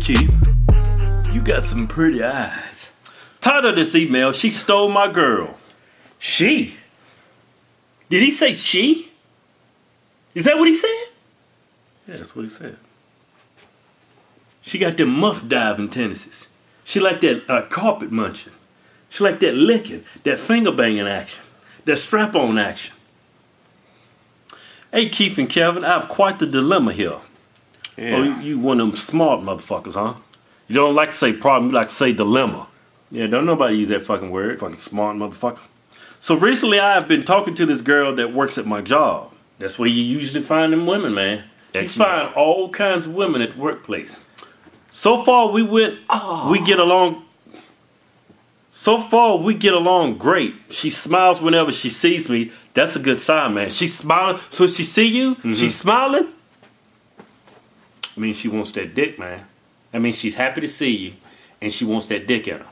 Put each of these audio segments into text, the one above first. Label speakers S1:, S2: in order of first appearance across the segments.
S1: keep. You got some pretty eyes. Title of this email, She Stole My Girl.
S2: She.
S1: Did he say she? Is that what he said? Yeah, that's what he said. She got them muff diving tendencies. She like that uh, carpet munching. She like that licking, that finger banging action, that strap on action. Hey, Keith and Kevin, I have quite the dilemma here.
S2: Yeah.
S1: Oh, you, you one of them smart motherfuckers, huh? You don't like to say problem, you like to say dilemma. Yeah, don't nobody use that fucking word. Fucking smart motherfucker. So recently I have been talking to this girl that works at my job. That's where you usually find them women, man. You
S2: Excellent.
S1: find all kinds of women at the workplace. Ah. So far we went we get along so far we get along great. She smiles whenever she sees me. That's a good sign, man. She's smiling. So she see you, she's smiling. I mean, she wants that dick, man. I mean, she's happy to see you, and she wants that dick in her.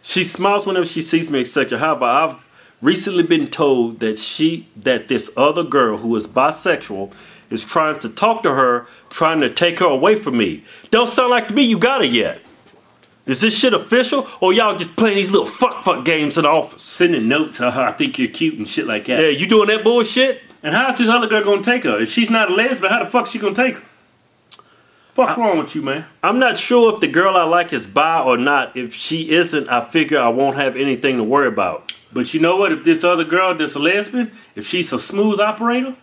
S1: She smiles whenever she sees me, etc. However, I've recently been told that she that this other girl who is bisexual is trying to talk to her, trying to take her away from me. Don't sound like to me you got it yet. Is this shit official, or y'all just playing these little fuck fuck games in the office?
S2: Sending notes
S1: uh-huh,
S2: to her, I think you're cute and shit like that.
S1: Yeah, you doing that bullshit? And how's this other girl gonna take her? If she's not a lesbian, how the fuck she gonna take her?
S2: Fuck's wrong with you, man?
S1: I'm not sure if the girl I like is bi or not. If she isn't, I figure I won't have anything to worry about.
S2: But you know what? If this other girl that's a lesbian, if she's a smooth operator,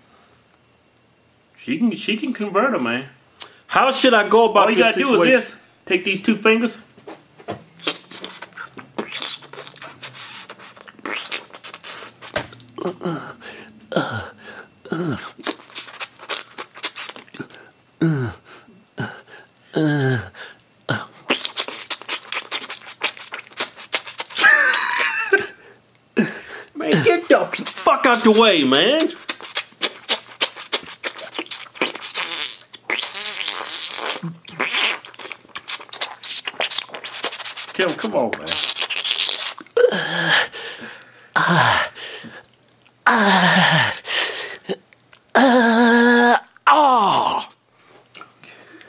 S2: she can she can convert her, man.
S1: How should I go about
S2: All you
S1: this
S2: gotta do
S1: situation?
S2: is this: take these two fingers.
S1: Man, get the fuck out the way, man.
S2: Kevin, come on, man.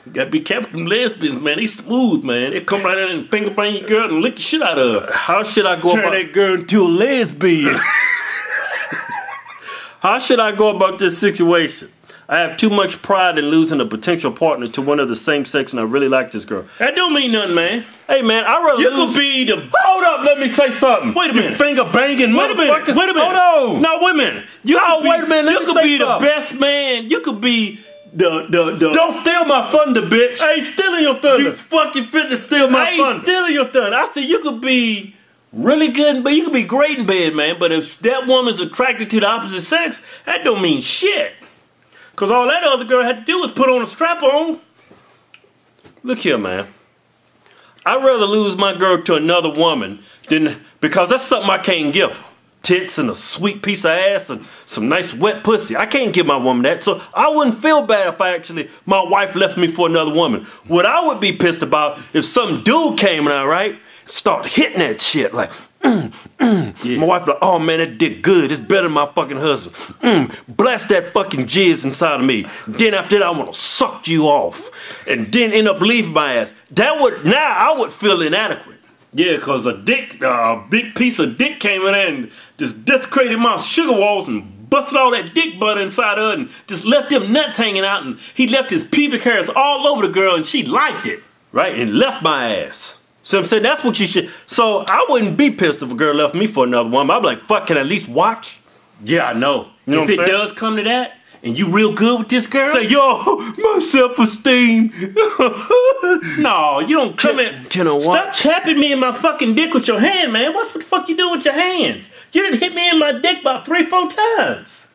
S1: You gotta be careful with them lesbians, man. They smooth, man. They come right in and finger bang your girl and lick the shit out of her. How should I go
S2: Turn
S1: about
S2: that girl into a lesbian.
S1: How should I go about this situation? I have too much pride in losing a potential partner to one of the same sex, and I really like this girl.
S2: that don't mean nothing, man.
S1: Hey, man, I rather
S2: You
S1: lose.
S2: could be the. Hold up, let me say something.
S1: Wait a
S2: You
S1: minute.
S2: finger banging
S1: Wait a minute.
S2: motherfucker.
S1: Wait a minute.
S2: Hold on.
S1: No, wait a minute. You
S2: No,
S1: could be,
S2: wait a minute, let
S1: You
S2: me
S1: could
S2: say
S1: be the
S2: something.
S1: best man. You could be the the the.
S2: Don't steal my thunder, bitch.
S1: I ain't stealing your thunder.
S2: You fucking fit to steal my
S1: I ain't
S2: thunder.
S1: stealing your thunder. I said you could be really good, but you could be great in bed, man. But if that woman's attracted to the opposite sex, that don't mean shit. Cause all that other girl had to do was put on a strap on. Look here, man. I'd rather lose my girl to another woman than because that's something I can't give her. Tits and a sweet piece of ass and some nice wet pussy. I can't give my woman that, so I wouldn't feel bad if I actually my wife left me for another woman. What I would be pissed about if some dude came in, all right, start hitting that shit like. mm, mm. My wife like, oh man, that dick good. It's better than my fucking husband. Mm, blast that fucking jizz inside of me. Then after that, I want to suck you off, and then end up leaving my ass. That would now I would feel inadequate.
S2: Yeah, cause a dick, uh, a big piece of dick came in there and just desecrated my sugar walls and busted all that dick butter inside of her and just left them nuts hanging out and he left his pubic hairs all over the girl and she liked it.
S1: right? And left my ass. So I'm saying that's what you should. So I wouldn't be pissed if a girl left me for another woman. I'd be like, fuck, can I at least watch?
S2: Yeah, I know.
S1: know
S2: if
S1: what
S2: it
S1: I'm saying?
S2: does come to that and you real good with this girl,
S1: Say, yo, my self esteem.
S2: no, you don't come in.
S1: Can I
S2: Stop
S1: watch?
S2: tapping me in my fucking dick with your hand, man. What's what the fuck you do with your hands? You didn't hit me in my dick about three, four times.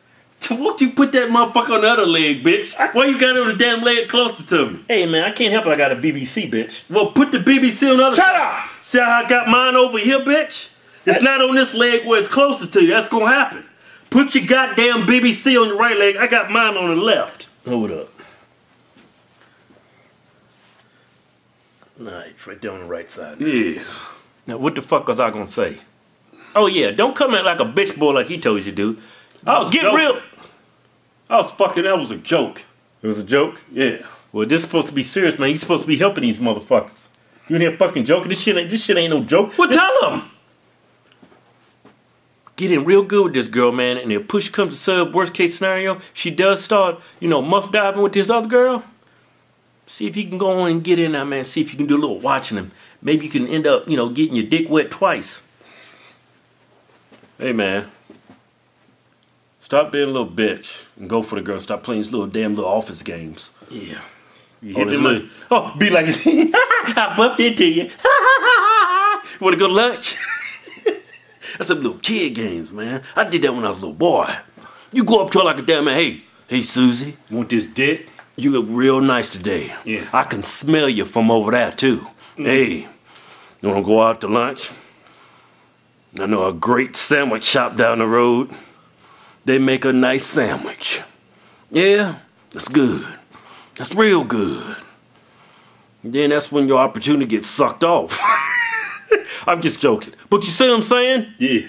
S1: Won't you put that motherfucker on the other leg, bitch? Why you got it on the damn leg closest to me?
S2: Hey man, I can't help it. I got a BBC, bitch.
S1: Well, put the BBC on the other
S2: Shut up.
S1: See how I got mine over here, bitch? It's not on this leg where it's closer to you. That's gonna happen. Put your goddamn BBC on your right leg. I got mine on the left.
S2: Hold up. Nah, it's right there on the right side.
S1: Yeah.
S2: Now, what the fuck was I gonna say? Oh yeah, don't come in like a bitch boy like he told you to do.
S1: I was
S2: Get
S1: joking.
S2: real.
S1: I was fucking. That was a joke.
S2: It was a joke.
S1: Yeah.
S2: Well, this is supposed to be serious, man. You're supposed to be helping these motherfuckers. You in here fucking joking? This shit ain't this shit ain't no joke.
S1: Well, tell him.
S2: Get in real good with this girl, man, and if push comes to shove, worst case scenario, she does start, you know, muff diving with this other girl. See if you can go on and get in there, man. See if you can do a little watching him. Maybe you can end up, you know, getting your dick wet twice. Hey, man. Stop being a little bitch and go for the girl. Stop playing these little damn little office games.
S1: Yeah.
S2: You
S1: Oh,
S2: hit
S1: this
S2: them
S1: little-
S2: like, oh, be like, I bumped into you. Want to go to lunch?
S1: That's some little kid games, man. I did that when I was a little boy. You go up to her like a damn man, hey, hey Susie,
S2: Want this dick?
S1: you look real nice today.
S2: Yeah.
S1: I can smell you from over there too. Hey, you wanna go out to lunch? I know a great sandwich shop down the road. They make a nice sandwich. Yeah, that's good. That's real good. Then that's when your opportunity gets sucked off. I'm just joking. But you see what I'm saying?
S2: Yeah.